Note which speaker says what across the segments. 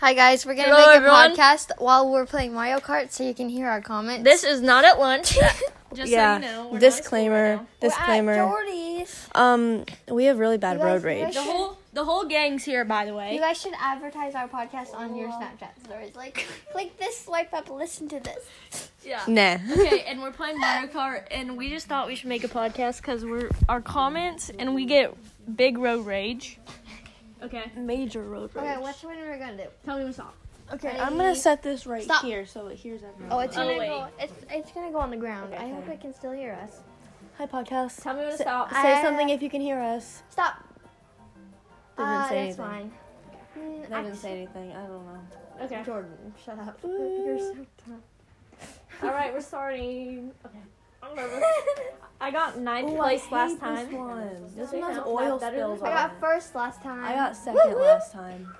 Speaker 1: Hi guys, we're gonna
Speaker 2: Hello,
Speaker 1: make
Speaker 2: everyone.
Speaker 1: a podcast while we're playing Mario Kart, so you can hear our comments.
Speaker 2: This is not at lunch. Just
Speaker 3: yeah.
Speaker 2: so you know. we're not at school
Speaker 3: disclaimer.
Speaker 2: right
Speaker 1: We're at
Speaker 3: disclaimer.
Speaker 1: Jordy's.
Speaker 3: Um, we have really bad
Speaker 1: You guys-
Speaker 3: road
Speaker 1: you guys
Speaker 3: rage.
Speaker 2: now. The whole the whole gang's here, by the way.
Speaker 1: You guys should advertise our podcast on your Snapchat stories. Like, click this, swipe up, listen to this.
Speaker 2: yeah.
Speaker 3: Nah.
Speaker 2: Okay, and we're playing Mario Kart, and we just thought we should make a podcast because we're our comments, and we get big road rage. Okay,
Speaker 3: Major road
Speaker 1: Okay, which one are we gonna do?
Speaker 2: tell me what's up.
Speaker 3: Okay,
Speaker 1: Ready?
Speaker 3: I'm gonna set this right
Speaker 1: Stop.
Speaker 3: here so it hears everyone.
Speaker 1: Oh, it's
Speaker 2: Oh,
Speaker 1: gonna
Speaker 2: wait.
Speaker 1: go. It's it's gonna go on the ground. I hope it can still hear us.
Speaker 3: Hi, podcast.
Speaker 2: Tell me when to
Speaker 3: Say-
Speaker 2: stop.
Speaker 3: Say
Speaker 1: I-
Speaker 3: something if you can hear us.
Speaker 1: Stop.
Speaker 3: They
Speaker 1: Uh,
Speaker 3: didn't say
Speaker 1: that's fine.
Speaker 3: anything.
Speaker 1: Mm,
Speaker 3: They didn't say
Speaker 1: actually-
Speaker 3: anything. I don't know.
Speaker 2: Okay.
Speaker 1: Jordan, shut up. You're so dumb.
Speaker 2: All right, we're starting. Okay. I'm nervous. Oh, I got ninth
Speaker 3: Ooh, I
Speaker 2: place
Speaker 3: hate
Speaker 2: last
Speaker 3: this
Speaker 2: time.
Speaker 3: one. This
Speaker 2: They
Speaker 3: one has
Speaker 2: sound
Speaker 3: oil
Speaker 2: better than
Speaker 3: spills
Speaker 2: the
Speaker 1: I
Speaker 3: on
Speaker 2: other.
Speaker 1: got
Speaker 3: it.
Speaker 1: first last time.
Speaker 3: I got second
Speaker 1: Woo-hoo.
Speaker 3: last time.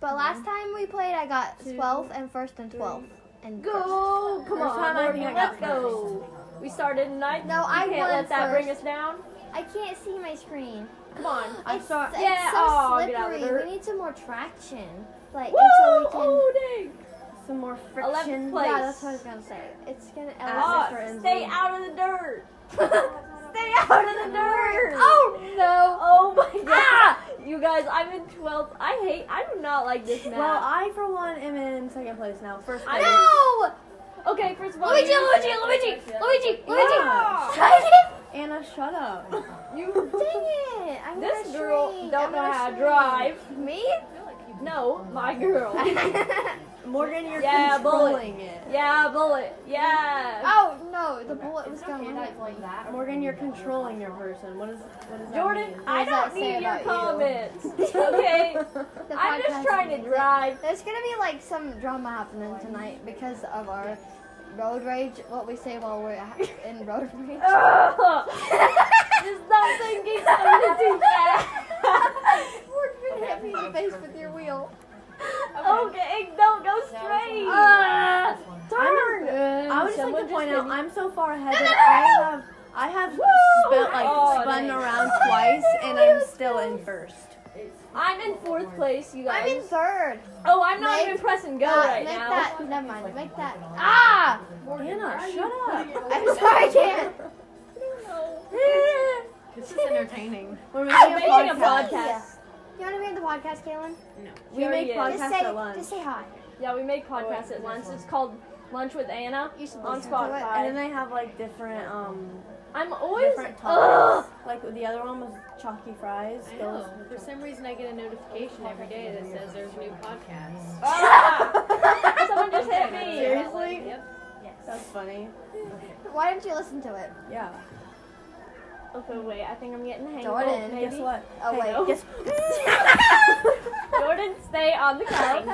Speaker 1: But last time we played, I got 12 and first and 12. And first.
Speaker 2: Go! Come
Speaker 3: First
Speaker 2: on,
Speaker 3: time I
Speaker 2: Morgan,
Speaker 3: think I
Speaker 2: let's
Speaker 3: got
Speaker 2: go. We started ninth.
Speaker 1: No,
Speaker 2: You
Speaker 1: I
Speaker 2: can't
Speaker 1: won
Speaker 2: let that
Speaker 1: first.
Speaker 2: bring us down.
Speaker 1: I can't see my screen.
Speaker 2: Come on.
Speaker 1: I'm it's, sorry. It's
Speaker 2: Uh, Yeah,
Speaker 1: so
Speaker 2: aw, get out of
Speaker 1: slippery.
Speaker 2: there.
Speaker 1: We need some more traction. Like,
Speaker 2: Woo!
Speaker 1: so we can.
Speaker 2: Oh, dang.
Speaker 3: Some more
Speaker 2: friction. place.
Speaker 1: Yeah, that's what I was gonna say. It's gonna
Speaker 2: Ah,
Speaker 1: elevate
Speaker 2: stay out of the dirt.
Speaker 1: stay
Speaker 2: Out of the dirt.
Speaker 1: Oh no!
Speaker 2: Oh my god. You guys, I'm in 12th. I hate, I do not like this map.
Speaker 3: Well, I for one am in second place now. First
Speaker 2: I-
Speaker 3: place.
Speaker 1: No!
Speaker 2: okay, first of all.
Speaker 1: Luigi,
Speaker 2: you-
Speaker 1: Luigi, Luigi, Luigi, Luigi!
Speaker 3: Yeah.
Speaker 1: Dang it!
Speaker 3: Anna, shut up.
Speaker 2: You,
Speaker 1: Dang it! I'm
Speaker 2: this
Speaker 1: gonna
Speaker 2: girl
Speaker 1: shrink. I'm
Speaker 2: don't know
Speaker 1: gonna
Speaker 2: how to
Speaker 1: shrink.
Speaker 2: drive.
Speaker 1: Me?
Speaker 2: No, my girl.
Speaker 3: Morgan, you're
Speaker 2: Yeah, bullet.
Speaker 3: controlling it.
Speaker 2: yeah, bullet. Yeah.
Speaker 1: oh no! The bullet was gonna hit me.
Speaker 3: Morgan, you're controlling your person. What is what is
Speaker 2: Jordan,
Speaker 3: That mean?
Speaker 2: I
Speaker 1: What does
Speaker 2: don't
Speaker 1: that say
Speaker 2: need your
Speaker 1: about
Speaker 2: comments. okay.
Speaker 1: The
Speaker 2: I'm
Speaker 1: podcast
Speaker 2: just trying
Speaker 1: needs
Speaker 2: to
Speaker 1: it.
Speaker 2: drive.
Speaker 1: There's gonna be like some drama happening tonight because of our road rage. What we say while we're ha- in road rage.
Speaker 2: Uh, Ugh. Just stop thinking I'm too fast.
Speaker 1: Morgan hit me in the face with your wheel.
Speaker 2: Okay, don't go straight.
Speaker 1: Uh,
Speaker 2: turn.
Speaker 3: I would just like
Speaker 2: Someone
Speaker 3: to point
Speaker 2: just
Speaker 3: out
Speaker 2: hit
Speaker 3: I'm so far ahead
Speaker 1: No, no, no,
Speaker 3: that I have I have spelt, like
Speaker 2: Oh,
Speaker 3: spun
Speaker 2: nice.
Speaker 3: around twice and I'm still in first.
Speaker 2: I'm in fourth place, you guys.
Speaker 1: I'm in third.
Speaker 2: oh, I'm not
Speaker 1: Make
Speaker 2: even pressing go
Speaker 1: Uh,
Speaker 2: right
Speaker 1: make
Speaker 2: now.
Speaker 1: that. Never mind. Make that. Ah!
Speaker 3: Anna, shut up.
Speaker 1: I'm sorry, I can't.
Speaker 4: This is entertaining.
Speaker 3: We're
Speaker 2: I'm
Speaker 3: making
Speaker 2: making a
Speaker 3: a podcast.
Speaker 2: podcast.
Speaker 1: You want to be on the podcast, Kaylin?
Speaker 3: We
Speaker 2: Sure
Speaker 3: make
Speaker 2: is.
Speaker 3: podcasts
Speaker 1: Just say,
Speaker 3: at lunch.
Speaker 1: just say hi.
Speaker 2: Yeah, we make podcasts at lunch. It's called Lunch with Anna
Speaker 1: You should
Speaker 2: on
Speaker 1: listen to it.
Speaker 3: and then
Speaker 2: Spotify.
Speaker 3: they have like different um
Speaker 2: I'm always
Speaker 3: different
Speaker 2: Ugh.
Speaker 3: topics. Like the other one was chalky fries. Those
Speaker 4: For some reason, I get a notification every day that says there's a new podcast.
Speaker 2: Ah! Someone just hit me.
Speaker 3: Seriously?
Speaker 4: Yep.
Speaker 3: That's funny.
Speaker 1: Why don't you listen to it?
Speaker 3: Yeah.
Speaker 2: Okay, wait. I think I'm getting the hang of
Speaker 1: Jordan,
Speaker 2: it.
Speaker 1: guess
Speaker 2: maybe.
Speaker 3: Guess what?
Speaker 1: Oh,
Speaker 3: Hey,
Speaker 1: wait.
Speaker 3: guess-
Speaker 2: Jordan, stay on the couch.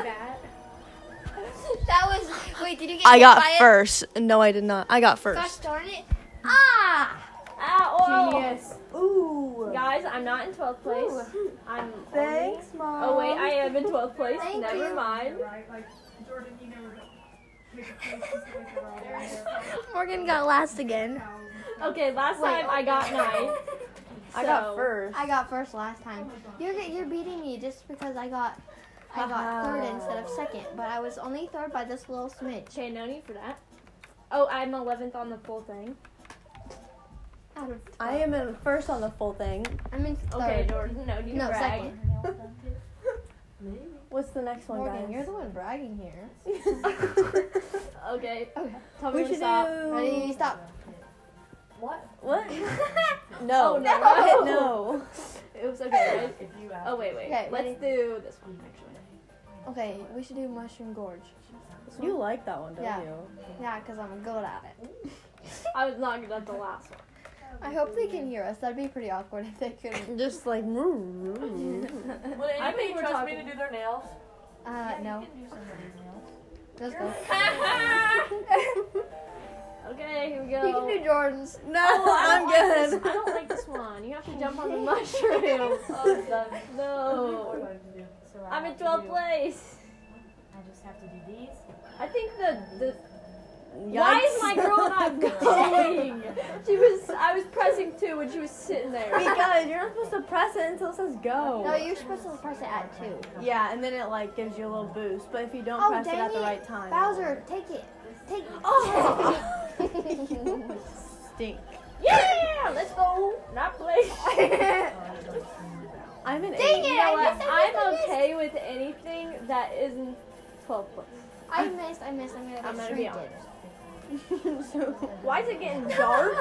Speaker 1: That was. Wait, did you get?
Speaker 3: I
Speaker 1: hit
Speaker 3: got
Speaker 1: by it?
Speaker 3: first. No, I did not. I got
Speaker 1: Gosh
Speaker 3: first.
Speaker 1: darn it! Ah!
Speaker 2: Ah, oh.
Speaker 3: Genius. Ooh.
Speaker 2: Guys, I'm not in 12th place. I'm.
Speaker 3: Thanks, mom.
Speaker 2: Oh wait, I am in 12th place.
Speaker 1: Thank
Speaker 2: Never
Speaker 1: you.
Speaker 2: mind.
Speaker 1: Morgan got last again.
Speaker 2: Okay, last
Speaker 1: Wait.
Speaker 2: time I got nine.
Speaker 3: I got
Speaker 2: So-
Speaker 3: first.
Speaker 1: I got first last time. You're get- you're beating me just because I got I got third instead of second, but I was only third by this little smidge.
Speaker 2: Okay, no need for that. Oh, I'm 11th on the full thing.
Speaker 1: Out of
Speaker 3: I am in first on the full thing.
Speaker 1: I'm in third.
Speaker 2: Okay, Jordan, no need to
Speaker 1: no,
Speaker 2: brag.
Speaker 1: second.
Speaker 3: What's the next one,
Speaker 1: Morgan, you're
Speaker 3: guys?
Speaker 1: the one bragging here.
Speaker 2: Okay.
Speaker 1: Okay.
Speaker 2: Tell me
Speaker 3: we
Speaker 2: when to
Speaker 3: should
Speaker 2: stop.
Speaker 3: do.
Speaker 1: Ready? Stop.
Speaker 3: What?
Speaker 2: Oh,
Speaker 3: No.
Speaker 2: no.
Speaker 3: Hit no.
Speaker 2: It was okay. Right?
Speaker 4: If you ask,
Speaker 2: Oh wait, wait.
Speaker 1: Okay,
Speaker 2: Let's
Speaker 1: ready?
Speaker 2: do this one actually.
Speaker 1: okay, we should do mushroom gorge.
Speaker 3: You like that one, don't
Speaker 1: Yeah.
Speaker 3: you?
Speaker 1: Yeah, cause I'm good at it.
Speaker 2: I was not good at the last one.
Speaker 1: I hope they can hear us. That'd be pretty awkward if they couldn't.
Speaker 3: Just like.
Speaker 4: Would
Speaker 2: I think
Speaker 4: anybody
Speaker 2: we're
Speaker 4: trust
Speaker 2: talking-
Speaker 4: me to do their nails?
Speaker 1: Uh, no. Let's go.
Speaker 2: Okay, here we
Speaker 1: You can
Speaker 2: go.
Speaker 1: do Jordan's.
Speaker 3: No,
Speaker 2: Oh, I
Speaker 3: I'm
Speaker 2: don't like
Speaker 3: good.
Speaker 2: this- I don't like this one. You have to jump on the mushroom.
Speaker 4: Oh, the-
Speaker 2: No.
Speaker 4: So I
Speaker 2: I'm in
Speaker 4: have to
Speaker 2: 12th
Speaker 4: do-
Speaker 2: place.
Speaker 4: I just have to do these.
Speaker 2: I think the the
Speaker 5: Why is my girl not going?
Speaker 2: She was. I was pressing two when she was sitting there.
Speaker 3: Because you're not supposed to press it until it says go.
Speaker 1: No, you're supposed to press it at two.
Speaker 3: yeah, and then it like gives you a little boost. But if you don't
Speaker 1: Oh,
Speaker 3: press it
Speaker 1: dang
Speaker 3: at the
Speaker 1: it.
Speaker 3: right time,
Speaker 1: Bowser, take it. Take
Speaker 3: Oh.
Speaker 1: it.
Speaker 3: stink.
Speaker 2: Yeah, let's go. Not play.
Speaker 3: I'm an
Speaker 1: Dang
Speaker 3: eight.
Speaker 1: it!
Speaker 2: You know
Speaker 1: I
Speaker 2: what?
Speaker 1: missed, I missed,
Speaker 2: I'm
Speaker 1: I missed.
Speaker 2: okay with anything that isn't 12 plus.
Speaker 1: I missed, I missed. I'm gonna get
Speaker 2: I'm gonna be
Speaker 1: shrinked.
Speaker 3: so,
Speaker 2: Why is it getting dark?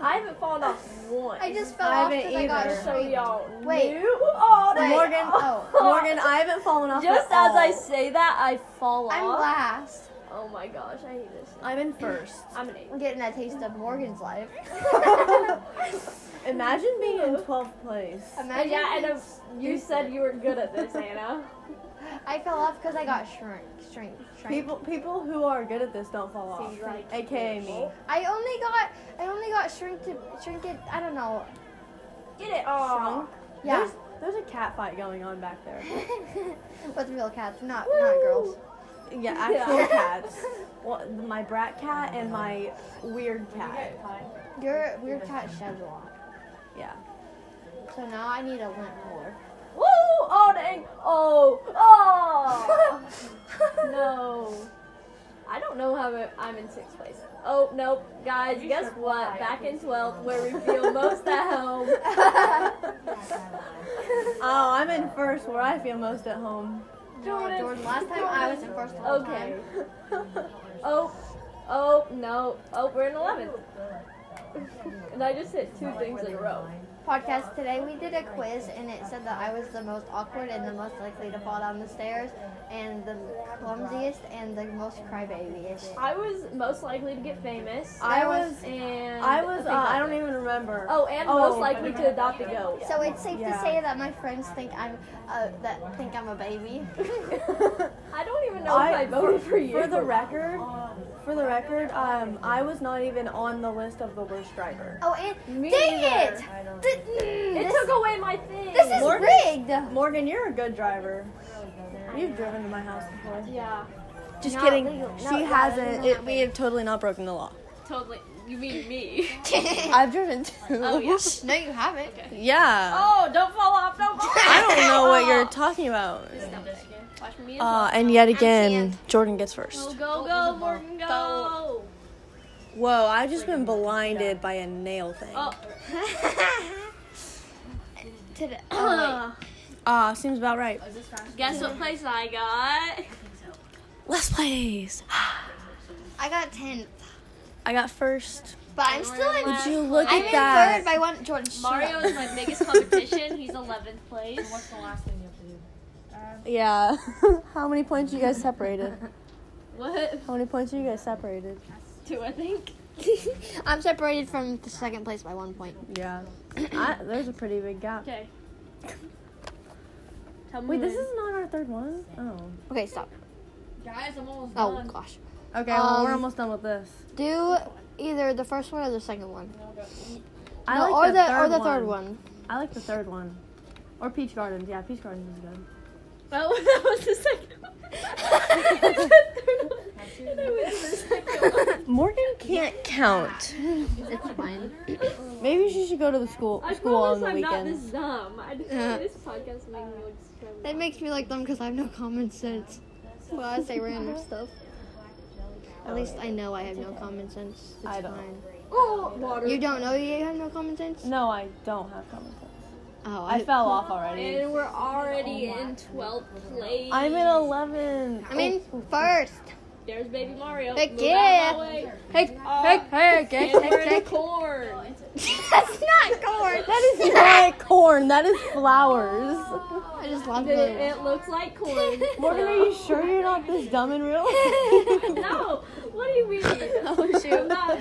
Speaker 2: I haven't fallen off once.
Speaker 1: I just fell
Speaker 3: I
Speaker 1: off
Speaker 3: haven't
Speaker 1: because I got
Speaker 3: either.
Speaker 2: so
Speaker 1: shrinked.
Speaker 2: y'all
Speaker 1: Wait.
Speaker 2: knew. Oh,
Speaker 1: Wait,
Speaker 3: Morgan-
Speaker 1: oh.
Speaker 3: Morgan, I haven't fallen off.
Speaker 2: Just
Speaker 3: at
Speaker 2: as I
Speaker 3: all.
Speaker 2: say that, I fall
Speaker 1: I'm
Speaker 2: off.
Speaker 1: last.
Speaker 2: Oh my gosh, I hate this.
Speaker 3: I'm in first.
Speaker 2: I'm an eight.
Speaker 1: I'm getting that taste of Morgan's life.
Speaker 3: Imagine being in 12th place.
Speaker 1: Imagine
Speaker 2: yeah, and
Speaker 1: if
Speaker 2: if you said you were good at this, Anna.
Speaker 1: I fell off because I got shrunk, shrink, shrink.
Speaker 3: People, people who are good at this don't fall off.
Speaker 2: Seems like-
Speaker 3: AKA me.
Speaker 1: I only got, I only got shrink to shrink it. I don't know.
Speaker 2: Get it. Oh.
Speaker 3: Shrunk?
Speaker 1: Yeah,
Speaker 3: There's, there's a cat fight going on back there.
Speaker 1: with real cats, not not girls.
Speaker 3: Yeah, actual
Speaker 1: Yeah.
Speaker 3: cats. Well, my brat cat and my weird cat.
Speaker 1: Your weird cat sheds a lot,
Speaker 3: Yeah.
Speaker 1: so now I need a lint roller.
Speaker 2: Woo! Oh, dang. Oh. Oh.
Speaker 3: Oh,
Speaker 2: no. I don't know how I- I'm in sixth place. Oh, nope. Guys, guess what? Back in 12th, where we feel most at home.
Speaker 3: Oh, I'm in first where I feel most at home.
Speaker 1: Jordan, Jordan last time I was in first all the
Speaker 2: Okay.
Speaker 1: time.
Speaker 2: Oh. Oh, no. Oh, we're in 11th. and I just hit two things in a row.
Speaker 1: Podcast today we did a quiz and it said that I was the most awkward and the most likely to fall down the stairs and the clumsiest and the most crybaby-ish.
Speaker 2: I was most likely to get famous.
Speaker 3: I was,
Speaker 2: And
Speaker 3: I was,
Speaker 2: think
Speaker 3: uh,
Speaker 2: about
Speaker 3: I don't
Speaker 2: it.
Speaker 3: even remember.
Speaker 2: Oh, and
Speaker 3: Oh.
Speaker 2: most likely to adopt a goat.
Speaker 1: So it's safe to
Speaker 3: Yeah.
Speaker 1: say that my friends think I'm uh, that think I'm a baby.
Speaker 2: I don't even know if I voted for, you.
Speaker 3: For the record, for the record, um, I was not even on the list of the worst driver.
Speaker 1: Oh, and
Speaker 2: Me
Speaker 1: dang
Speaker 2: neither.
Speaker 1: it! Th- mm,
Speaker 2: It
Speaker 1: this,
Speaker 2: took away my thing.
Speaker 1: this is
Speaker 3: Morgan-
Speaker 1: rigged.
Speaker 3: Morgan, you're a good driver. You've driven to my house before.
Speaker 2: yeah,
Speaker 3: Just
Speaker 1: Not
Speaker 3: kidding.
Speaker 1: legal.
Speaker 3: She
Speaker 1: No, yeah,
Speaker 3: hasn't.
Speaker 1: no,
Speaker 3: It, we have totally not broken the law.
Speaker 2: totally. You mean me?
Speaker 3: I've driven two.
Speaker 2: Oh yeah.
Speaker 1: no, you haven't.
Speaker 3: Yeah.
Speaker 2: Oh, don't fall off! Don't fall off!
Speaker 3: I don't know what you're talking about.
Speaker 2: Watch me. and
Speaker 3: Uh, and yet
Speaker 1: Ann.
Speaker 3: again, Jordan gets
Speaker 2: Go
Speaker 3: first.
Speaker 2: go go, Morgan go!
Speaker 3: Whoa, I've just been blinded by a nail thing.
Speaker 2: Oh,
Speaker 1: Today.
Speaker 3: Ah, seems about right.
Speaker 2: guess what place I got?
Speaker 3: Last place.
Speaker 1: I got ten,
Speaker 3: I got first.
Speaker 1: but I'm still in.
Speaker 3: Would you look
Speaker 1: I'm
Speaker 3: at
Speaker 1: in
Speaker 3: that?
Speaker 1: third by one. Jordan, shut
Speaker 2: Mario
Speaker 1: up.
Speaker 2: is my biggest competition. He's 11th place.
Speaker 3: Yeah. How many points you guys separated?
Speaker 2: What?
Speaker 3: How many points are you guys separated?
Speaker 2: Two, I think.
Speaker 1: I'm separated from the second place by one point.
Speaker 3: Yeah. I, there's a pretty big gap.
Speaker 2: Okay. Tell me.
Speaker 3: Wait, this is not our third one? Oh.
Speaker 1: Okay, stop.
Speaker 5: Guys, I'm almost
Speaker 1: Oh gosh.
Speaker 3: Okay, well, we're
Speaker 1: Um,
Speaker 3: almost done with this.
Speaker 1: Do either the first one or the second one.
Speaker 3: I
Speaker 1: no,
Speaker 3: like
Speaker 1: or
Speaker 3: the,
Speaker 1: or the third one.
Speaker 3: I like the third one. Or Peach Gardens. Yeah, Peach Gardens is good.
Speaker 2: Oh, that was the second one. That was the second one.
Speaker 3: Morgan can't count.
Speaker 1: It's fine.
Speaker 3: Maybe she should go to the school
Speaker 2: I
Speaker 3: school
Speaker 2: promise
Speaker 3: on the
Speaker 2: I'm not this
Speaker 3: weekends.
Speaker 2: dumb. I just
Speaker 1: Yeah.
Speaker 2: this podcast making me look stupid.
Speaker 1: That makes me like them because I have no common sense. Well, I say random stuff. At least I know I have no common sense. It's
Speaker 3: I don't.
Speaker 1: fine.
Speaker 2: Oh, water.
Speaker 1: You don't know you have no common sense?
Speaker 3: No, I don't have common sense.
Speaker 1: Oh,
Speaker 3: I
Speaker 1: I.
Speaker 3: fell off already.
Speaker 2: And we're already in 12th place.
Speaker 3: I'm in 11.
Speaker 1: I mean,
Speaker 3: Oh.
Speaker 1: first.
Speaker 2: There's baby Mario.
Speaker 1: Heck
Speaker 2: Move out
Speaker 1: yeah.
Speaker 2: of my way.
Speaker 1: Hey,
Speaker 2: Uh,
Speaker 1: hey,
Speaker 2: and we're in corn.
Speaker 1: That's not corn.
Speaker 3: That is not corn. That is flowers.
Speaker 1: I just love
Speaker 2: It,
Speaker 1: it.
Speaker 2: it looks like corn.
Speaker 3: Morgan, are you sure you're not this dumb in real life?
Speaker 2: No. What do you mean? Oh shoot. I'm not.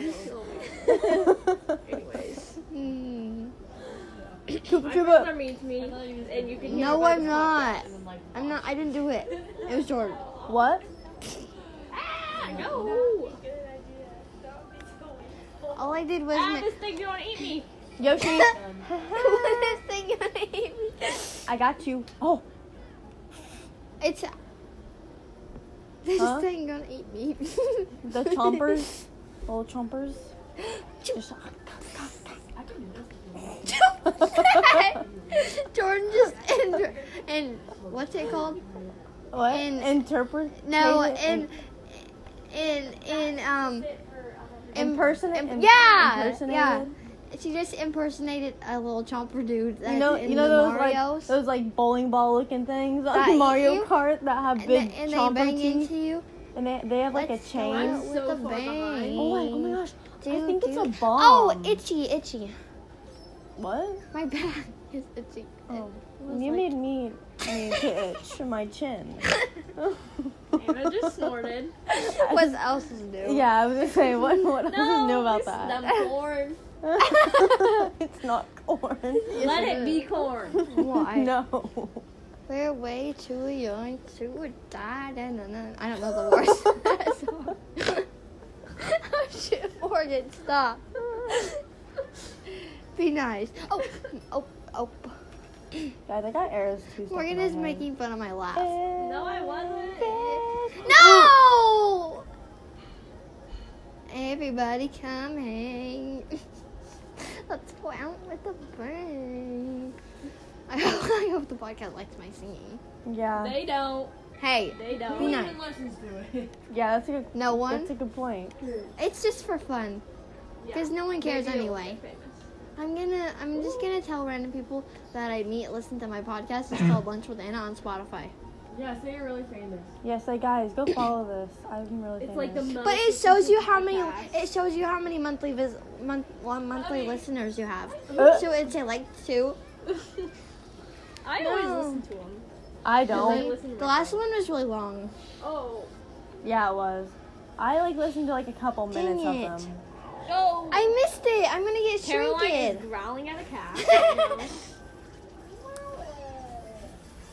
Speaker 2: Oh, anyways,
Speaker 1: Hmm.
Speaker 3: Koopa
Speaker 2: my
Speaker 3: Troopa.
Speaker 2: friends are mean to me, and you can. hear
Speaker 1: No,
Speaker 2: it by
Speaker 1: I'm
Speaker 2: the
Speaker 1: not. I'm not. I didn't do it. It was Jordan.
Speaker 3: What?
Speaker 2: podcast. No.
Speaker 1: All I did was.
Speaker 2: Ah,
Speaker 1: ma-
Speaker 2: this thing's gonna eat me.
Speaker 3: Yoshi,
Speaker 1: what is this thing gonna eat me?
Speaker 3: I got you. Oh,
Speaker 1: It's. This
Speaker 3: Huh?
Speaker 1: thing gonna eat me.
Speaker 3: The chompers, little chompers. Just-
Speaker 1: Jordan just inter- and what's it called?
Speaker 3: what?
Speaker 1: And-
Speaker 3: Interpret?
Speaker 1: No,
Speaker 3: Hey,
Speaker 1: in in in um im-
Speaker 3: Impersonate-
Speaker 1: im-
Speaker 3: im-
Speaker 1: yeah, yeah.
Speaker 3: impersonated?
Speaker 1: She just impersonated a little chomper dude. That's
Speaker 3: You know,
Speaker 1: in
Speaker 3: you know
Speaker 1: the
Speaker 3: those like
Speaker 1: Mario's.
Speaker 3: those like bowling ball looking things on
Speaker 1: That eat
Speaker 3: Mario
Speaker 1: you?
Speaker 3: Kart that have
Speaker 1: and,
Speaker 3: big
Speaker 1: they, and they
Speaker 3: chomper
Speaker 1: bang
Speaker 3: teeth,
Speaker 1: into you.
Speaker 3: and they, they have like a
Speaker 1: What's going
Speaker 3: chain.
Speaker 1: on with
Speaker 4: so
Speaker 1: the
Speaker 4: far
Speaker 1: bang.
Speaker 4: behind.
Speaker 3: Oh, wait, oh my gosh! I
Speaker 1: Do,
Speaker 3: think it's
Speaker 1: do.
Speaker 3: a bomb.
Speaker 1: Oh, itchy, itchy.
Speaker 3: what?
Speaker 1: My back is itchy.
Speaker 3: Oh,
Speaker 1: It was
Speaker 3: you
Speaker 1: like-
Speaker 3: made me need to itch my chin.
Speaker 4: Anna just snorted.
Speaker 1: What else is new?
Speaker 3: Yeah, I was gonna say what what else is new about
Speaker 6: this-
Speaker 3: that?
Speaker 6: The corn.
Speaker 3: it's not corn.
Speaker 6: Let it be corn.
Speaker 1: Why?
Speaker 3: No.
Speaker 1: We're way too young to die. Da, na, na. I don't know the words. to that song. oh shit, Morgan, stop. Be nice. Oh, oh, oh.
Speaker 3: Guys, I got arrows too. stuck
Speaker 1: Morgan
Speaker 3: in my
Speaker 1: is
Speaker 3: head.
Speaker 1: making fun of my laugh.
Speaker 6: No, I wasn't.
Speaker 1: No! Everybody come hang. Let's go out with the bang. I hope, I hope the podcast likes my singing.
Speaker 3: Yeah.
Speaker 4: They don't.
Speaker 1: Hey,
Speaker 4: They
Speaker 1: be
Speaker 4: don't.
Speaker 1: nice.
Speaker 3: Yeah, that's a good.
Speaker 1: No one.
Speaker 3: That's a good point.
Speaker 1: It's just for fun. Because no one cares anyway. I'm gonna I'm just gonna tell random people that I meet listen to my podcast. It's called Lunch with Anna on Spotify.
Speaker 4: Yeah, so you're really famous.
Speaker 3: Yeah, so guys, go follow this. I'm really.
Speaker 4: It's like the most.
Speaker 1: But it shows you how many it shows you how many monthly vis month one monthly listeners you have.
Speaker 3: Uh,
Speaker 1: So it's at like two.
Speaker 4: I always listen to them.
Speaker 3: I
Speaker 4: I
Speaker 3: don't.
Speaker 4: listen to
Speaker 1: The last one was really long.
Speaker 4: Oh,
Speaker 3: Yeah, it was. I like listened to like a couple
Speaker 1: Dang
Speaker 3: minutes
Speaker 1: it.
Speaker 3: of them.
Speaker 4: no.
Speaker 1: I missed it. I'm gonna get
Speaker 4: Caroline is
Speaker 1: shrinked.
Speaker 4: growling at a cat.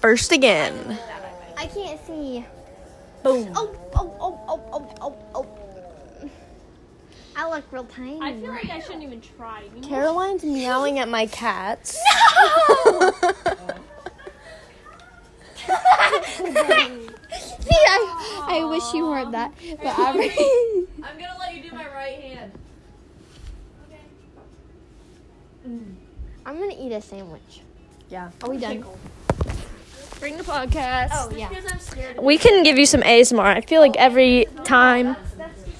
Speaker 3: First again.
Speaker 1: I can't see.
Speaker 3: Boom.
Speaker 1: Oh oh oh oh oh oh oh. I look real tiny.
Speaker 4: I feel like I shouldn't even try. You know,
Speaker 3: Caroline's meowing at my cats.
Speaker 1: See, I, I wish you heard that, but I
Speaker 6: I'm gonna let you do my right hand.
Speaker 1: I'm gonna eat a sandwich.
Speaker 3: Yeah.
Speaker 1: Are we done?
Speaker 2: Bring the podcast.
Speaker 1: Oh yeah.
Speaker 6: Because I'm scared.
Speaker 2: We can give you some ASMR. I feel like every time.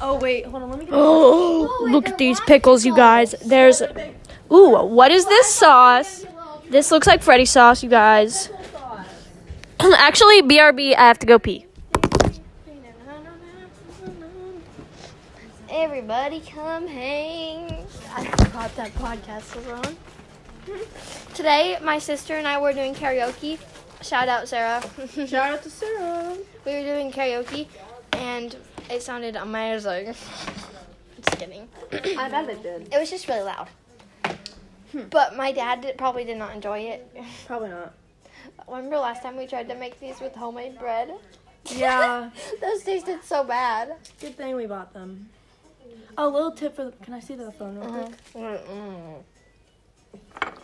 Speaker 3: Oh wait, hold on. Let me get.
Speaker 2: Oh, look at these pickles, you guys. There's. Ooh, what is this sauce? This looks like Freddy sauce, you guys. Actually, BRB, I have to go pee.
Speaker 1: Everybody come hang. I forgot that podcast was on. Today, my sister and I were doing karaoke. Shout out, Sarah.
Speaker 3: Shout out to Sarah.
Speaker 1: we were doing karaoke, and it sounded amazing. Just kidding.
Speaker 3: I bet it did.
Speaker 1: It was just really loud. But my dad did, probably did not enjoy it.
Speaker 3: Probably not.
Speaker 1: Remember last time we tried to make these with homemade bread?
Speaker 3: Yeah.
Speaker 1: Those tasted so bad.
Speaker 3: Good thing we bought them. Oh, A little tip for the. Can I see the phone real quick?
Speaker 1: Mm-mm.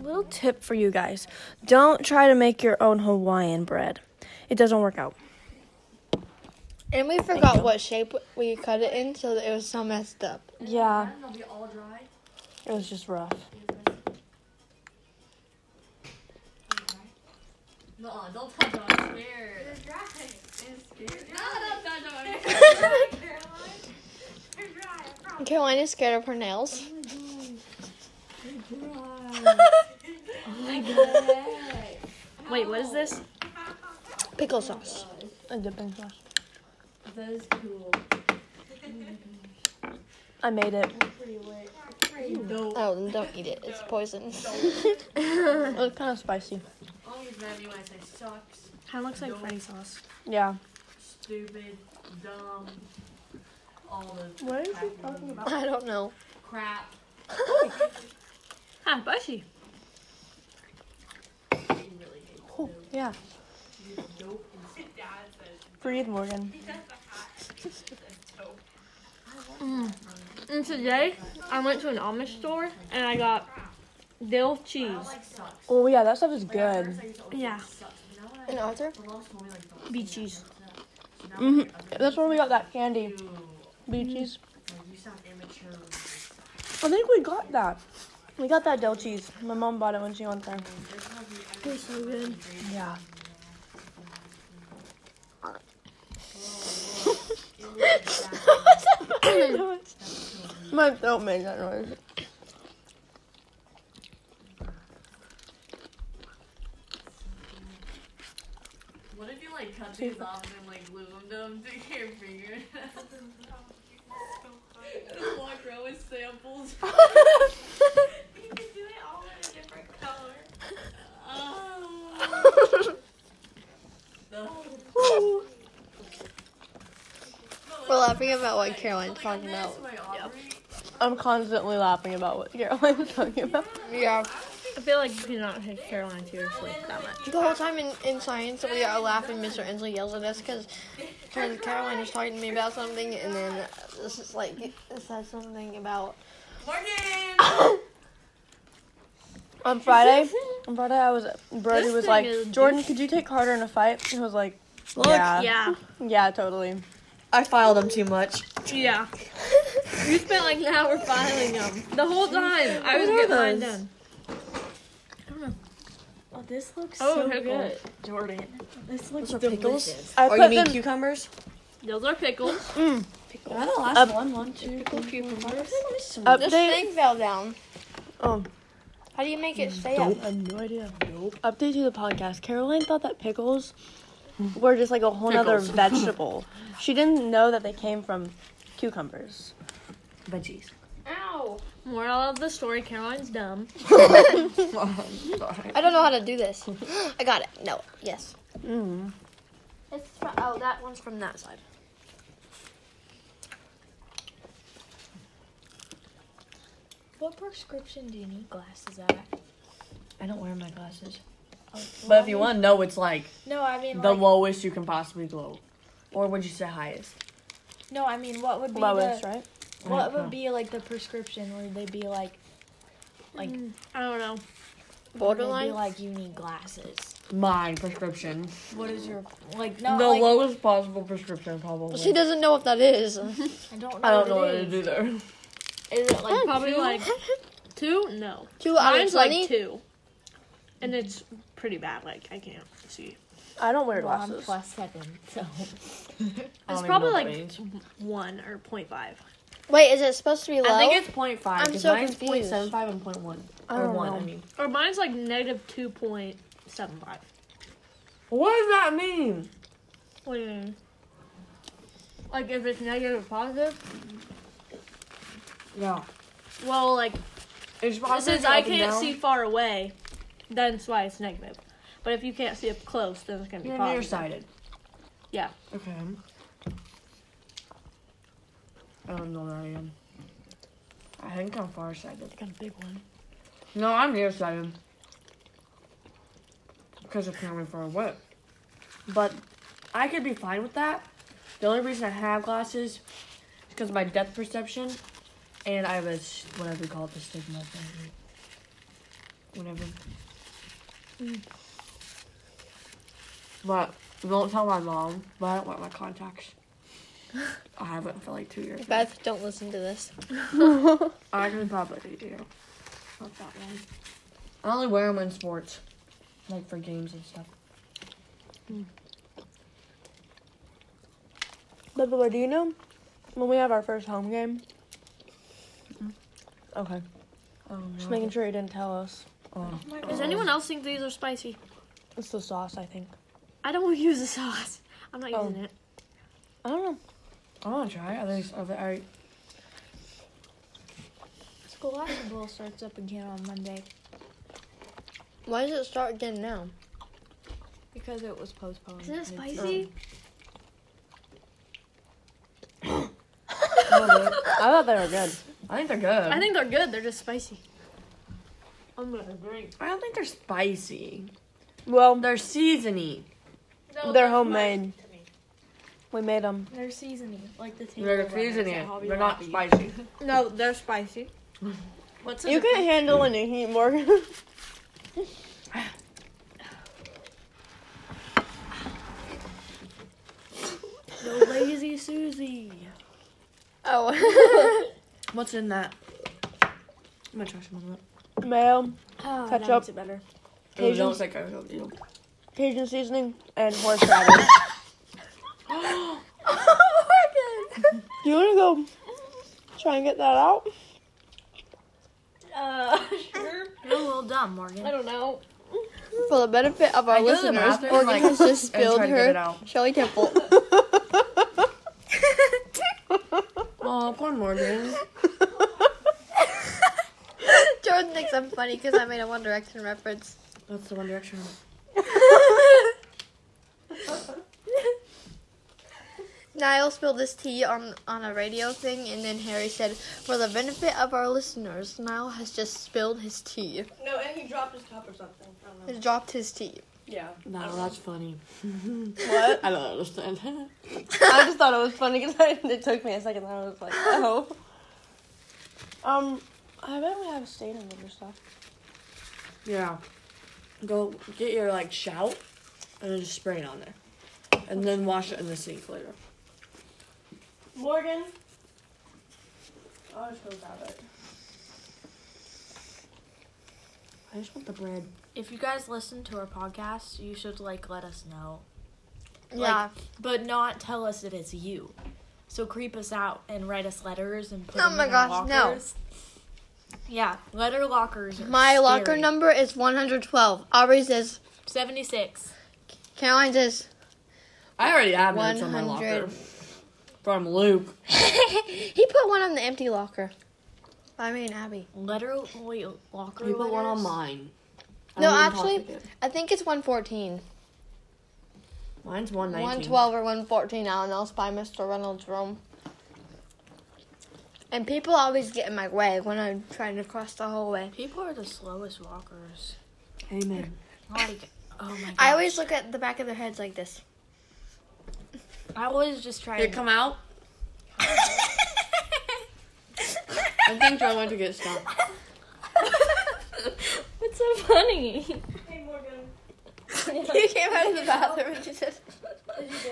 Speaker 3: Little tip for you guys: don't try to make your own Hawaiian bread. It doesn't work out.
Speaker 1: And we forgot what shape we cut it in, so it was so messed up.
Speaker 3: Yeah. It was just rough.
Speaker 6: No, don't touch it. I'm scared.
Speaker 1: Caroline is scared of her nails.
Speaker 2: Wait, what is this?
Speaker 1: Pickle sauce.
Speaker 3: A dipping sauce.
Speaker 6: That is cool.
Speaker 3: I made it.
Speaker 1: Oh, then don't eat it. It's poison.
Speaker 3: It was kind of spicy.
Speaker 6: Always mad me when I say sucks,
Speaker 2: Kind of looks like Freddy sauce.
Speaker 3: Yeah.
Speaker 6: stupid, dumb, all the
Speaker 3: What is he talking about?
Speaker 1: I don't know.
Speaker 6: crap.
Speaker 2: Ah, bushy.
Speaker 3: Oh, yeah. Breathe, Morgan.
Speaker 2: And today, I went to an Amish store and I got dill cheese.
Speaker 3: Oh yeah, that stuff is good.
Speaker 2: Yeah.
Speaker 3: And Arthur? Bee cheese. hmm That's where we got that candy. Bee cheese. I think we got that. We got that Del cheese. My mom bought it when she went there. Tastes so good. Yeah. What's that noise? My throat made that noise.
Speaker 7: What if you like cut these off and like glue them to your finger? Just walk around with samples. you can do it all in a different color. Oh. No.
Speaker 1: We're laughing about what Caroline's
Speaker 7: Like, I
Speaker 1: talking about.
Speaker 7: miss my Aubrey.
Speaker 3: I'm constantly laughing about what Caroline's talking about.
Speaker 1: Yeah.
Speaker 2: I feel like you do not take Caroline seriously that much.
Speaker 1: The whole time in, in science, we are laughing. Mr. Ensley yells at us because Caroline is talking to me about something, and then this is like it says something about
Speaker 7: Morgan!
Speaker 3: On Friday, on Friday I was Brody was like, Jordan, could you take Carter in a fight? And I was like, yeah,
Speaker 2: Yeah.
Speaker 3: yeah, totally.
Speaker 8: I filed them too much.
Speaker 2: Yeah. you spent like an hour filing them. The whole time. I was getting mine done.
Speaker 9: Oh, this looks
Speaker 2: Oh,
Speaker 9: so
Speaker 2: pickle.
Speaker 9: good. Jordan. This looks
Speaker 8: Those are
Speaker 9: delicious.
Speaker 8: pickles.
Speaker 3: I
Speaker 8: Or
Speaker 3: put
Speaker 8: you mean
Speaker 3: them-
Speaker 8: cucumbers?
Speaker 2: Those are pickles.
Speaker 9: Am I the last
Speaker 3: Up-
Speaker 9: one? One, two, three, four, five, six.
Speaker 1: this
Speaker 3: update.
Speaker 1: thing fell down.
Speaker 3: Oh,
Speaker 1: How do you make it stay up?
Speaker 3: I have no idea. Update to the podcast. Caroline thought that pickles were just like a whole other
Speaker 8: Pickles.
Speaker 3: vegetable. she didn't know that they came from cucumbers.
Speaker 8: Veggies.
Speaker 2: Ow. Moral of the story, Caroline's dumb.
Speaker 1: I don't know how to do this. I got it. No. Yes.
Speaker 3: Mm.
Speaker 1: It's from, oh, that one's from that side.
Speaker 9: What prescription do you need glasses at?
Speaker 8: I don't wear my glasses. But if you want to know, it's like
Speaker 9: No, I mean
Speaker 8: the
Speaker 9: like,
Speaker 8: lowest you can possibly go. Or would you say highest?
Speaker 9: no, I mean what would be
Speaker 3: Lowest,
Speaker 9: the,
Speaker 3: right?
Speaker 9: what
Speaker 8: Oh.
Speaker 9: would be like the prescription? Would they be like like would
Speaker 2: Mm, I don't know.
Speaker 9: they be
Speaker 1: Borderline.
Speaker 9: like you need glasses?
Speaker 8: My prescription.
Speaker 9: What is your like no
Speaker 8: the
Speaker 9: like,
Speaker 8: lowest possible prescription, probably.
Speaker 1: She doesn't know what that is.
Speaker 9: I don't know.
Speaker 8: I don't know what
Speaker 9: it
Speaker 8: it
Speaker 9: is.
Speaker 8: is either.
Speaker 9: Is it like
Speaker 2: Probably like two? No.
Speaker 1: Two out of
Speaker 2: Mine's like
Speaker 1: twenty.
Speaker 2: two. And it's pretty bad. Like, I can't see.
Speaker 3: I don't wear
Speaker 9: well, I'm
Speaker 3: glasses.
Speaker 9: plus seven, so
Speaker 8: I
Speaker 2: It's
Speaker 8: don't even
Speaker 2: probably
Speaker 8: know
Speaker 2: like
Speaker 8: what it is.
Speaker 2: one or 0.5.
Speaker 1: Wait, is it supposed to be low?
Speaker 8: I think it's 0.5.
Speaker 1: I'm
Speaker 8: because
Speaker 1: so
Speaker 8: mine's
Speaker 1: confused.
Speaker 8: 0.75 and 0.1.
Speaker 3: I
Speaker 8: or
Speaker 3: don't
Speaker 8: 1, I
Speaker 3: know.
Speaker 8: mean.
Speaker 2: Or mine's like negative 2.75.
Speaker 8: What does that mean?
Speaker 2: What do you mean? Hmm. Like, if it's negative or positive?
Speaker 8: Yeah.
Speaker 2: Well, like,
Speaker 8: It's probably
Speaker 2: since I can't see far away, then that's why it's negative. But if you can't see up close, then it's going to be
Speaker 8: You're
Speaker 2: positive.
Speaker 8: nearsighted.
Speaker 2: Yeah.
Speaker 8: Okay. I don't know where I am. I think I'm farsighted.
Speaker 2: Got a big one.
Speaker 8: No, I'm nearsighted. Because apparently for what? But I could be fine with that. The only reason I have glasses is because of my depth perception, and I have a s- whatever you call it, the stigma thing. Whatever. But don't tell my mom. But I don't wear my contacts. I haven't for like two years.
Speaker 1: Beth, don't listen to this.
Speaker 8: I can probably do. Not that one. I only wear them in sports, like for games and stuff.
Speaker 3: By the way, do you know when we have our first home game? Okay.
Speaker 8: Oh,
Speaker 3: Just making sure you didn't tell us.
Speaker 8: oh.
Speaker 2: Does anyone else think these are spicy?
Speaker 3: It's the sauce, I think.
Speaker 2: I don't use the sauce. I'm not
Speaker 3: Oh.
Speaker 2: using it.
Speaker 3: I don't know.
Speaker 8: I want to try. Are they? Are they? Are,
Speaker 9: Scholastic Bowl starts up again on Monday
Speaker 1: Why does it start again now?
Speaker 9: because it was postponed.
Speaker 2: Isn't it spicy?
Speaker 3: I thought they were good.
Speaker 8: I think they're good.
Speaker 2: I think they're good. They're just spicy. I'm gonna drink.
Speaker 8: I don't think they're spicy.
Speaker 3: Well,
Speaker 8: They're seasoning.
Speaker 3: they're homemade. We made them.
Speaker 9: They're seasoning, like the table.
Speaker 8: They're seasoning. They're not spicy.
Speaker 2: No, they're spicy. What's in
Speaker 3: You
Speaker 2: the-
Speaker 3: can handle any heat, Morgan.
Speaker 8: Yo, lazy Susie.
Speaker 4: Oh.
Speaker 8: What's in that? I'm gonna trash him a little bit.
Speaker 3: Mayo,
Speaker 6: Oh,
Speaker 3: Ketchup.
Speaker 6: it better.
Speaker 8: Ooh,
Speaker 3: Cajun,
Speaker 8: don't say ketchup, ew.
Speaker 3: Cajun seasoning, and horseradish. Do you want to go try and get that out?
Speaker 6: Uh, sure.
Speaker 8: You're a little dumb, Morgan.
Speaker 6: I don't know.
Speaker 1: For the benefit of our
Speaker 8: I go to the
Speaker 1: listeners,
Speaker 8: bathroom,
Speaker 1: Morgan
Speaker 8: like,
Speaker 1: has just
Speaker 8: and try
Speaker 1: spilled
Speaker 8: to get it
Speaker 1: her
Speaker 8: out.
Speaker 1: Shirley Temple.
Speaker 8: Oh, poor Morgan.
Speaker 1: Jordan thinks I'm funny because I made a One Direction reference.
Speaker 8: That's the One Direction.
Speaker 1: Niall spilled his tea on, on a radio thing, and then Harry said, For the benefit of our listeners, Niall has just spilled his tea.
Speaker 10: No, and he dropped his cup or something. I don't know.
Speaker 1: He dropped his tea.
Speaker 10: Yeah.
Speaker 8: No, that's funny. what? I don't understand.
Speaker 3: I just thought it was funny because it took me a second. I was like, oh. Um, I bet we have a stain on other stuff.
Speaker 8: yeah. Go get your like shout and then just spray it on there. And then wash it in the sink later.
Speaker 3: Morgan. I'll just go grab it.
Speaker 8: I just want the bread.
Speaker 11: If you guys listen to our podcast, you should like let us know,
Speaker 1: yeah.
Speaker 11: but not tell us that it's you. So creep us out and write us letters and put
Speaker 1: Oh
Speaker 11: them
Speaker 1: my
Speaker 11: in our
Speaker 1: gosh, no.
Speaker 11: lockers. Yeah, letter lockers. Are
Speaker 1: My locker
Speaker 11: scary.
Speaker 1: number is 112. Aubrey's is,
Speaker 11: seventy-six.
Speaker 1: Caroline's is,
Speaker 8: I already have minutes on my locker.
Speaker 1: 100.
Speaker 8: From Luke.
Speaker 1: he put one on the empty locker. I mean, Abby.
Speaker 11: Letter wait, locker.
Speaker 8: You put one on
Speaker 11: letters?
Speaker 8: mine. I
Speaker 1: No,
Speaker 8: haven't even
Speaker 1: actually,
Speaker 8: talked to you.
Speaker 1: I think it's 114.
Speaker 8: Mine's 119.
Speaker 1: 112 or 114, I don't know. It's by Mr. Reynolds' room. And people always get in my way when I'm trying to cross the hallway.
Speaker 11: People are the slowest walkers.
Speaker 8: Amen.
Speaker 11: Like, oh my god.
Speaker 1: I always look at the back of their heads like this.
Speaker 11: I always just try.
Speaker 8: Did it
Speaker 11: and-
Speaker 8: come out? I think Joe went to get stuff.
Speaker 6: It's so funny.
Speaker 1: you came out of the bathroom and she said,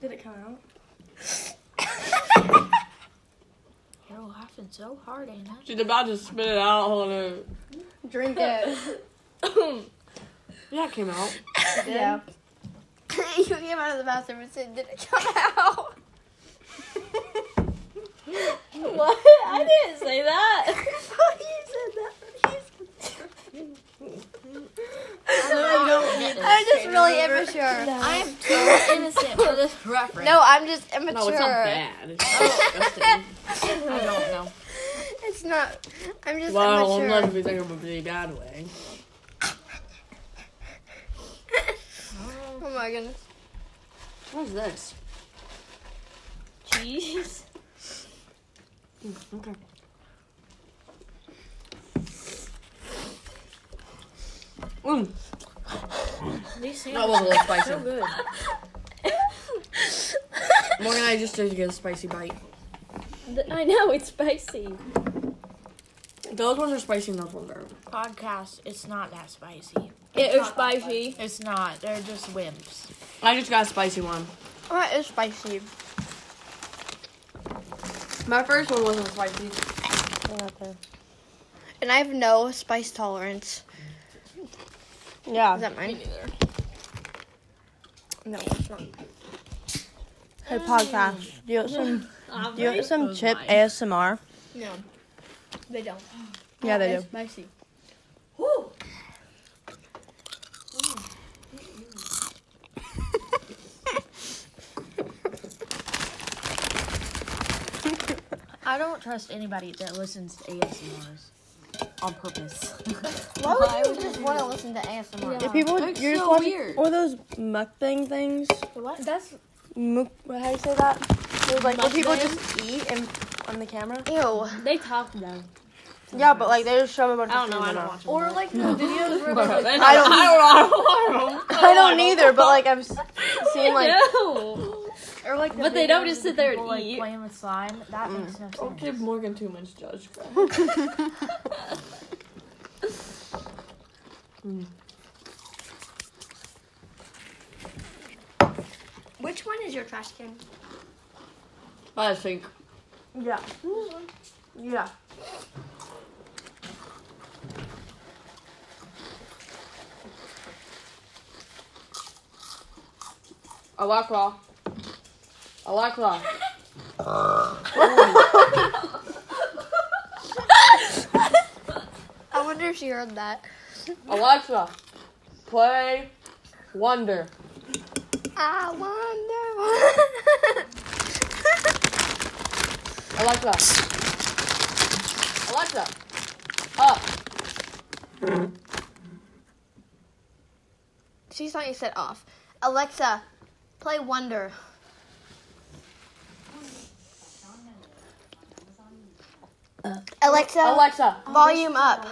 Speaker 3: Did it come out?
Speaker 11: You're laughing so hard, Anna.
Speaker 8: She's about to spit it out. Hold on.
Speaker 1: drink it.
Speaker 8: Yeah, it came out.
Speaker 1: yeah. you came out of the bathroom and said, did it come out?
Speaker 6: what? I didn't say that.
Speaker 1: I'm just really immature.
Speaker 11: I'm so innocent for this reference.
Speaker 1: No, I'm just immature.
Speaker 8: No, it's not bad. It's disgusting.
Speaker 11: I don't know.
Speaker 1: It's not. I'm just
Speaker 8: well,
Speaker 1: immature.
Speaker 8: unless we think of a really bad way.
Speaker 1: Oh my goodness.
Speaker 8: What is this?
Speaker 6: Cheese.
Speaker 8: Okay. Mm,
Speaker 11: These
Speaker 8: that was a little spicy. so good. Morgan and I just did get a spicy bite.
Speaker 6: Th- I know it's spicy.
Speaker 8: Those ones are spicy and those ones are
Speaker 11: podcasts, it's not that spicy.
Speaker 6: It is spicy.
Speaker 11: It's not. They're just wimps.
Speaker 8: I just got a spicy one.
Speaker 1: Oh, that is spicy.
Speaker 8: My first one wasn't spicy.
Speaker 1: And I have no spice tolerance. Is
Speaker 3: Yeah.
Speaker 1: that mine? No, it's not.
Speaker 3: Hey, podcast. Do you want some, do you want some chip ASMR?
Speaker 1: No. They don't.
Speaker 3: Yeah, they do.
Speaker 10: Spicy.
Speaker 11: I don't trust anybody that listens to ASMRs on purpose.
Speaker 1: Why would you just want to listen to ASMR?
Speaker 3: If people,
Speaker 8: That's
Speaker 3: you're just
Speaker 8: so
Speaker 3: watching,
Speaker 8: weird.
Speaker 3: or those mukbang things.
Speaker 6: What? That's
Speaker 3: Muk, what, how do you say that? It was like where people just eat and on the camera.
Speaker 1: Ew.
Speaker 6: they talk though.
Speaker 3: Yeah, but like they just show them a bunch of food and all.
Speaker 6: Or like the videos where they're like,
Speaker 3: I don't. I don't. I don't either. But like I'm seeing like
Speaker 6: no.
Speaker 11: or like,
Speaker 6: But they don't just sit there and
Speaker 11: people, like
Speaker 6: eat.
Speaker 11: playing with slime. That makes no sense.
Speaker 8: Don't give Morgan too much judge.
Speaker 1: Which one is your trash can?
Speaker 8: I think.
Speaker 3: Yeah. Yeah.
Speaker 8: I like raw. I like raw.
Speaker 1: I wonder if she heard that.
Speaker 8: Alexa, play Wonder.
Speaker 1: I wonder.
Speaker 8: Alexa. Alexa. Oh, Up.
Speaker 1: she thought you said off. Alexa, play Wonder. Alexa,
Speaker 8: Alexa.
Speaker 1: volume up.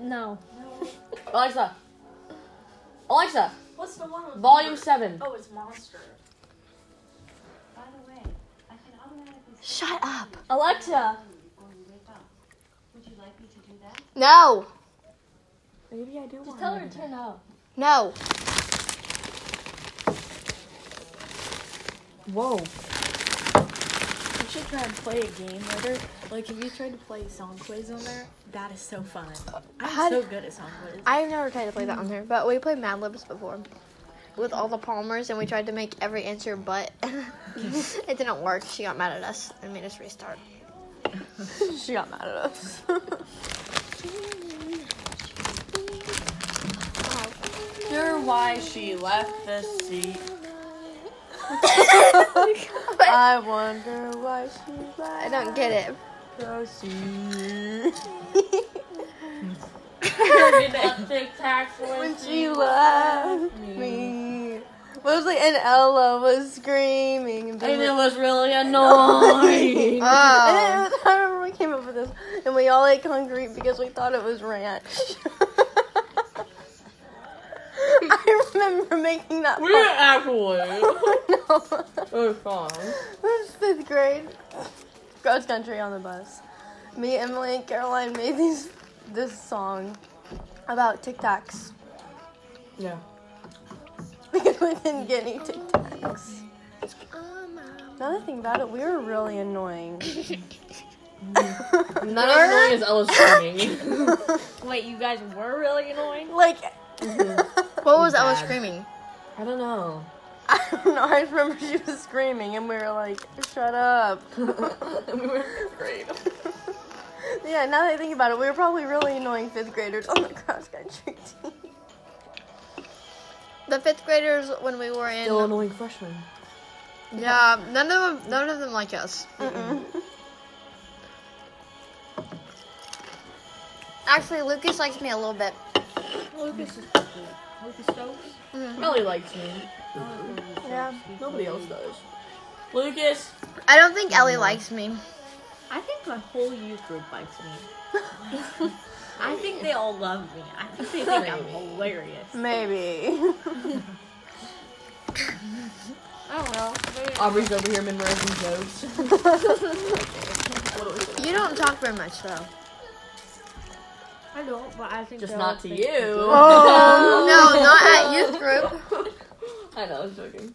Speaker 11: No.
Speaker 8: Alexa. Alexa. What's the one? Oh, Volume seven.
Speaker 1: Shut up.
Speaker 2: Alexa.
Speaker 1: No,
Speaker 2: Just tell her to turn up.
Speaker 1: no.
Speaker 8: Whoa.
Speaker 12: You should try and play a game later. Like, if you tried to play song quiz on there, that is so fun. I'm
Speaker 1: How
Speaker 12: so
Speaker 1: do-
Speaker 12: good at song quiz.
Speaker 1: I've never tried to play that on here, but we played Mad Libs before with all the Palmers, and we tried to make every answer, but it didn't work. She got mad at us and made us restart.
Speaker 3: She got mad at us. Sure why she left the seat. I wonder why she
Speaker 1: I
Speaker 3: left
Speaker 1: don't get it.
Speaker 3: the seat. when she left me. What was like, and Ella was screaming. And, and it was really annoying.
Speaker 1: Oh.
Speaker 8: Um,
Speaker 3: And it was- I remember we came up with this, and we all ate concrete because we thought it was ranch. I remember making that.
Speaker 8: We didn't actually. It
Speaker 3: no,
Speaker 8: was fun.
Speaker 3: it was fifth grade, cross country on the bus. Me, Emily, and Caroline made these this song about Tic Tacs
Speaker 8: Yeah.
Speaker 3: because we didn't get any Tic Tacs. Another thing about it, we were really annoying.
Speaker 8: Not as annoying as Ella's screaming.
Speaker 11: Wait, you guys were really annoying?
Speaker 3: like,
Speaker 8: Mm-hmm.
Speaker 1: What was Ella screaming?
Speaker 8: I don't know.
Speaker 3: I don't know. I just remember she was screaming, and we were like, "Shut up!" and we were in fifth grade. yeah. Now that I think about it, we were probably really annoying fifth graders Oh on the cross country team.
Speaker 1: The fifth graders when we were in.
Speaker 8: Still annoying freshman.
Speaker 1: Yeah, none of them, none of them like us. Actually, Lucas likes me a little bit.
Speaker 8: Ellie likes me. Yeah. Nobody else does. Lucas.
Speaker 1: I don't think Ellie likes me.
Speaker 12: I think my whole youth group likes me. I think they all love me. I think they think I'm hilarious.
Speaker 3: Maybe.
Speaker 12: Oh,
Speaker 8: Aubrey's over here memorizing jokes.
Speaker 1: You don't talk very much though.
Speaker 11: I don't, but I think
Speaker 8: Just
Speaker 11: they'll
Speaker 8: not to
Speaker 11: think-
Speaker 8: you.
Speaker 1: Oh, No, not at youth group.
Speaker 8: I know, I was joking.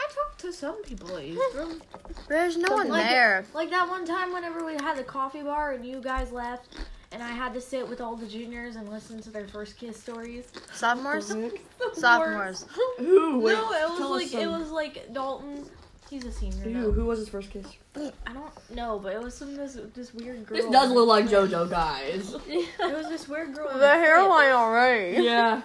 Speaker 11: I talk to some people at youth group.
Speaker 1: There's no one
Speaker 11: Like-
Speaker 1: there.
Speaker 11: Like that one time whenever we had the coffee bar and you guys left and I had to sit with all the juniors and listen to their first kiss stories.
Speaker 1: Sophomores? Sophomores.
Speaker 8: Who? Wait,
Speaker 11: no, it
Speaker 8: tell us
Speaker 11: was like it
Speaker 8: some-
Speaker 11: was like Dalton. He's a senior.
Speaker 8: Who,
Speaker 11: Now.
Speaker 8: who was his first kiss?
Speaker 11: I don't know, but it was some this this weird girl.
Speaker 8: This does look like JoJo, guys.
Speaker 11: It was this weird girl. in
Speaker 3: the
Speaker 11: fit.
Speaker 3: hairline already.
Speaker 8: yeah.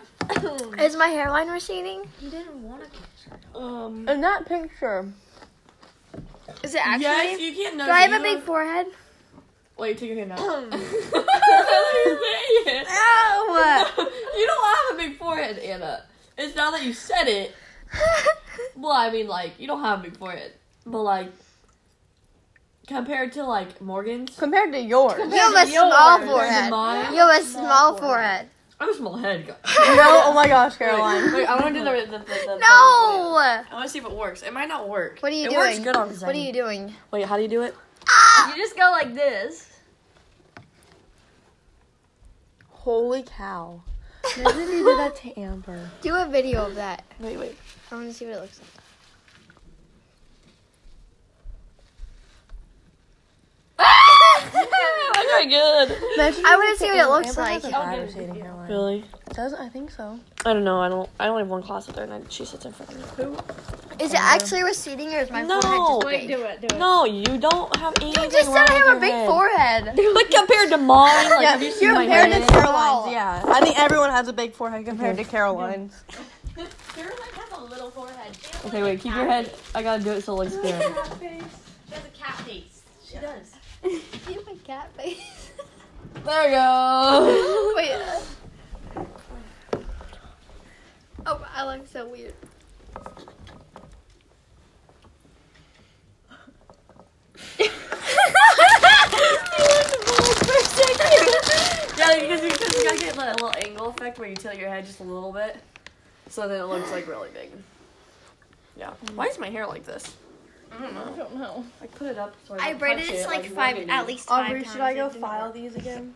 Speaker 1: Is my hairline receding?
Speaker 11: He didn't want to kiss her.
Speaker 8: Um.
Speaker 3: In that picture,
Speaker 1: Is it actually?
Speaker 8: Yes, you can't know.
Speaker 1: Do I have a big forehead?
Speaker 8: Wait, take your hand out. you saying? you don't have a big forehead, Anna. It's now that you said it. Well, I mean, like, you don't have a big forehead. But, like, compared to, like, Morgan's.
Speaker 3: compared to yours.
Speaker 1: You have a small
Speaker 8: compared to
Speaker 1: forehead.
Speaker 8: mine,
Speaker 1: You have a small forehead.
Speaker 8: I have a small head, guys.
Speaker 3: no, oh my gosh, Caroline.
Speaker 8: Wait, I want to do the. the, the, the
Speaker 1: No!
Speaker 8: I want to see if it works. It might not work.
Speaker 1: What are you
Speaker 8: it
Speaker 1: doing?
Speaker 8: works good on
Speaker 1: What are you doing?
Speaker 8: Wait, how do you do it?
Speaker 1: Ah!
Speaker 2: You just go like this.
Speaker 3: Holy cow.
Speaker 8: Imagine if you did that to Amber.
Speaker 1: Do a video of that.
Speaker 8: Wait, wait.
Speaker 1: I want to see what it looks like.
Speaker 13: my god.
Speaker 8: Imagine
Speaker 1: I want to see what it looks
Speaker 8: Amber
Speaker 1: like.
Speaker 8: has a bad receding hairline.
Speaker 13: Really?
Speaker 8: Does I think so?
Speaker 13: I don't know. I don't. I only have one class with her, and I, she sits in front of me.
Speaker 1: Is it actually receding or is my
Speaker 13: No.
Speaker 1: forehead just
Speaker 2: Wait,
Speaker 1: big?
Speaker 2: do it, do it.
Speaker 13: No, you don't have anything
Speaker 1: You just
Speaker 13: wrong
Speaker 1: said I
Speaker 13: with
Speaker 1: have
Speaker 13: your
Speaker 1: a big
Speaker 13: head.
Speaker 1: forehead.
Speaker 13: But compared to mine, like,
Speaker 3: yeah,
Speaker 13: have you seen
Speaker 3: you're
Speaker 13: my
Speaker 3: compared to
Speaker 13: head?
Speaker 3: Caroline's. Yeah, I think everyone has a big forehead compared to Caroline's.
Speaker 11: Caroline has a little forehead. She has,
Speaker 8: Okay, wait. Keep your head. I gotta do it so it looks good.
Speaker 11: she has a cat face. She does.
Speaker 1: You have a cat face.
Speaker 8: There you go.
Speaker 1: Wait. Oh, I look so weird.
Speaker 8: yeah, because you, because you gotta get that little angle effect where you tilt your head just a little bit, so that it looks like really big. Yeah. Why is my hair like this?
Speaker 3: I don't know.
Speaker 8: I put it up. So I,
Speaker 1: I
Speaker 8: don't
Speaker 1: braided
Speaker 8: touch
Speaker 1: it
Speaker 8: it
Speaker 1: like five, at least five
Speaker 3: Aubrey,
Speaker 1: times.
Speaker 3: should I go file these again?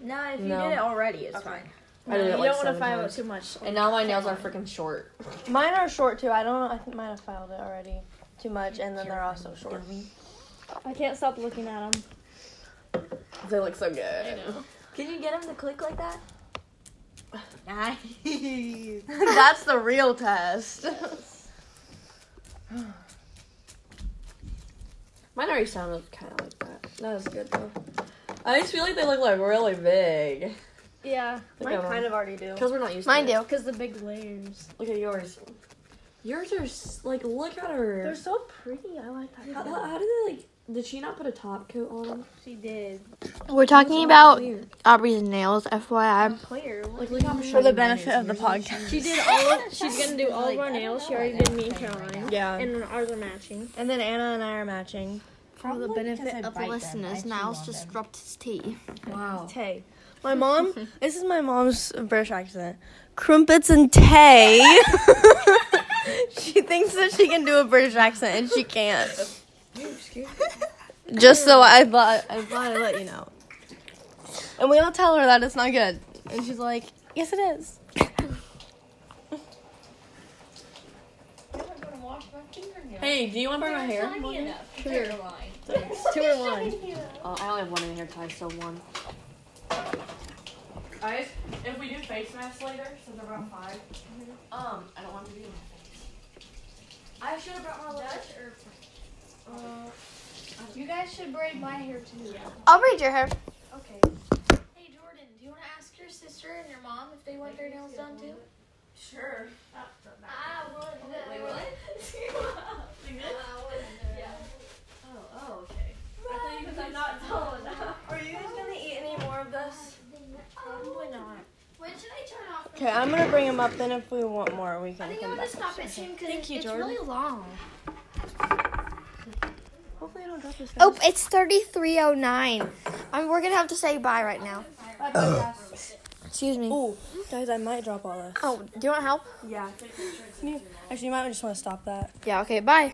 Speaker 14: No, if you
Speaker 8: No.
Speaker 14: did it already, it's fine.
Speaker 8: I did
Speaker 2: you
Speaker 8: it
Speaker 2: don't
Speaker 8: like
Speaker 2: want
Speaker 8: seven
Speaker 2: to find out
Speaker 8: times.
Speaker 2: too much.
Speaker 8: And now my nails are freaking short.
Speaker 3: Mine are short too. I don't know. I think mine have filed it already too much, and then they're also short.
Speaker 2: I can't stop looking at them.
Speaker 8: They look so good.
Speaker 2: Can you get them to click like that?
Speaker 14: Nice.
Speaker 3: That's the real test.
Speaker 8: Mine already sounded kind of like that. That was good though. I just feel like they look like really big.
Speaker 2: Yeah,
Speaker 8: Mine kind
Speaker 2: of already do.
Speaker 8: Because we're not used
Speaker 1: Mine
Speaker 8: to it.
Speaker 1: do.
Speaker 2: Because the big layers.
Speaker 8: Look at yours. Yours are s- like look at her.
Speaker 2: They're so pretty. I like that.
Speaker 8: How, how, how did they like? Did she not put a top coat on them?
Speaker 2: She did.
Speaker 1: We're talking about Aubrey's nails, FYI.
Speaker 2: Clear.
Speaker 8: Like look how
Speaker 3: For the benefit of the podcast.
Speaker 2: She did all. Of, she's gonna do all of our nails. She already did me and Caroline.
Speaker 3: Yeah.
Speaker 2: And then ours are matching.
Speaker 3: And then Anna and I are matching.
Speaker 1: For the benefit of the listeners, Niles just dropped his tea.
Speaker 8: Wow.
Speaker 3: Tay. My mom, this is my mom's British accent. Crumpets and Tay. she thinks that she can do a British accent and she can't. Just so I thought, I thought I'd let you know. And we all tell her that it's not good. And she's like, yes, it is.
Speaker 8: Hey, do you want to burn my hair?
Speaker 2: Two or one.
Speaker 8: Uh, I only have one in hair tie, so one. Guys, if we do face masks later, since I'm around five, um, I don't want to be in my face. I should have brought my lunch.
Speaker 11: Uh, You guys should braid my hair too. Yeah.
Speaker 1: I'll braid your hair.
Speaker 11: Okay. Hey Jordan, do you want to ask your sister and your mom if they want their nails done too? Sure. I want Wait, what? Yeah. Oh, oh, okay. Because I'm not tall enough.
Speaker 3: Are you guys gonna eat any more of this?
Speaker 11: Probably not. When should I turn off?
Speaker 3: Okay, I'm gonna bring them up then if we want more, we can come back.
Speaker 11: stop it soon because it's, really long.
Speaker 3: Hopefully, I don't drop this.
Speaker 1: Oh, it's 3309. I'm, we're going to have to say bye right now. Excuse me.
Speaker 3: Oh, guys, I might drop all this.
Speaker 1: Oh, do you want help?
Speaker 3: Actually, you might just want to stop that.
Speaker 1: Yeah, okay, bye.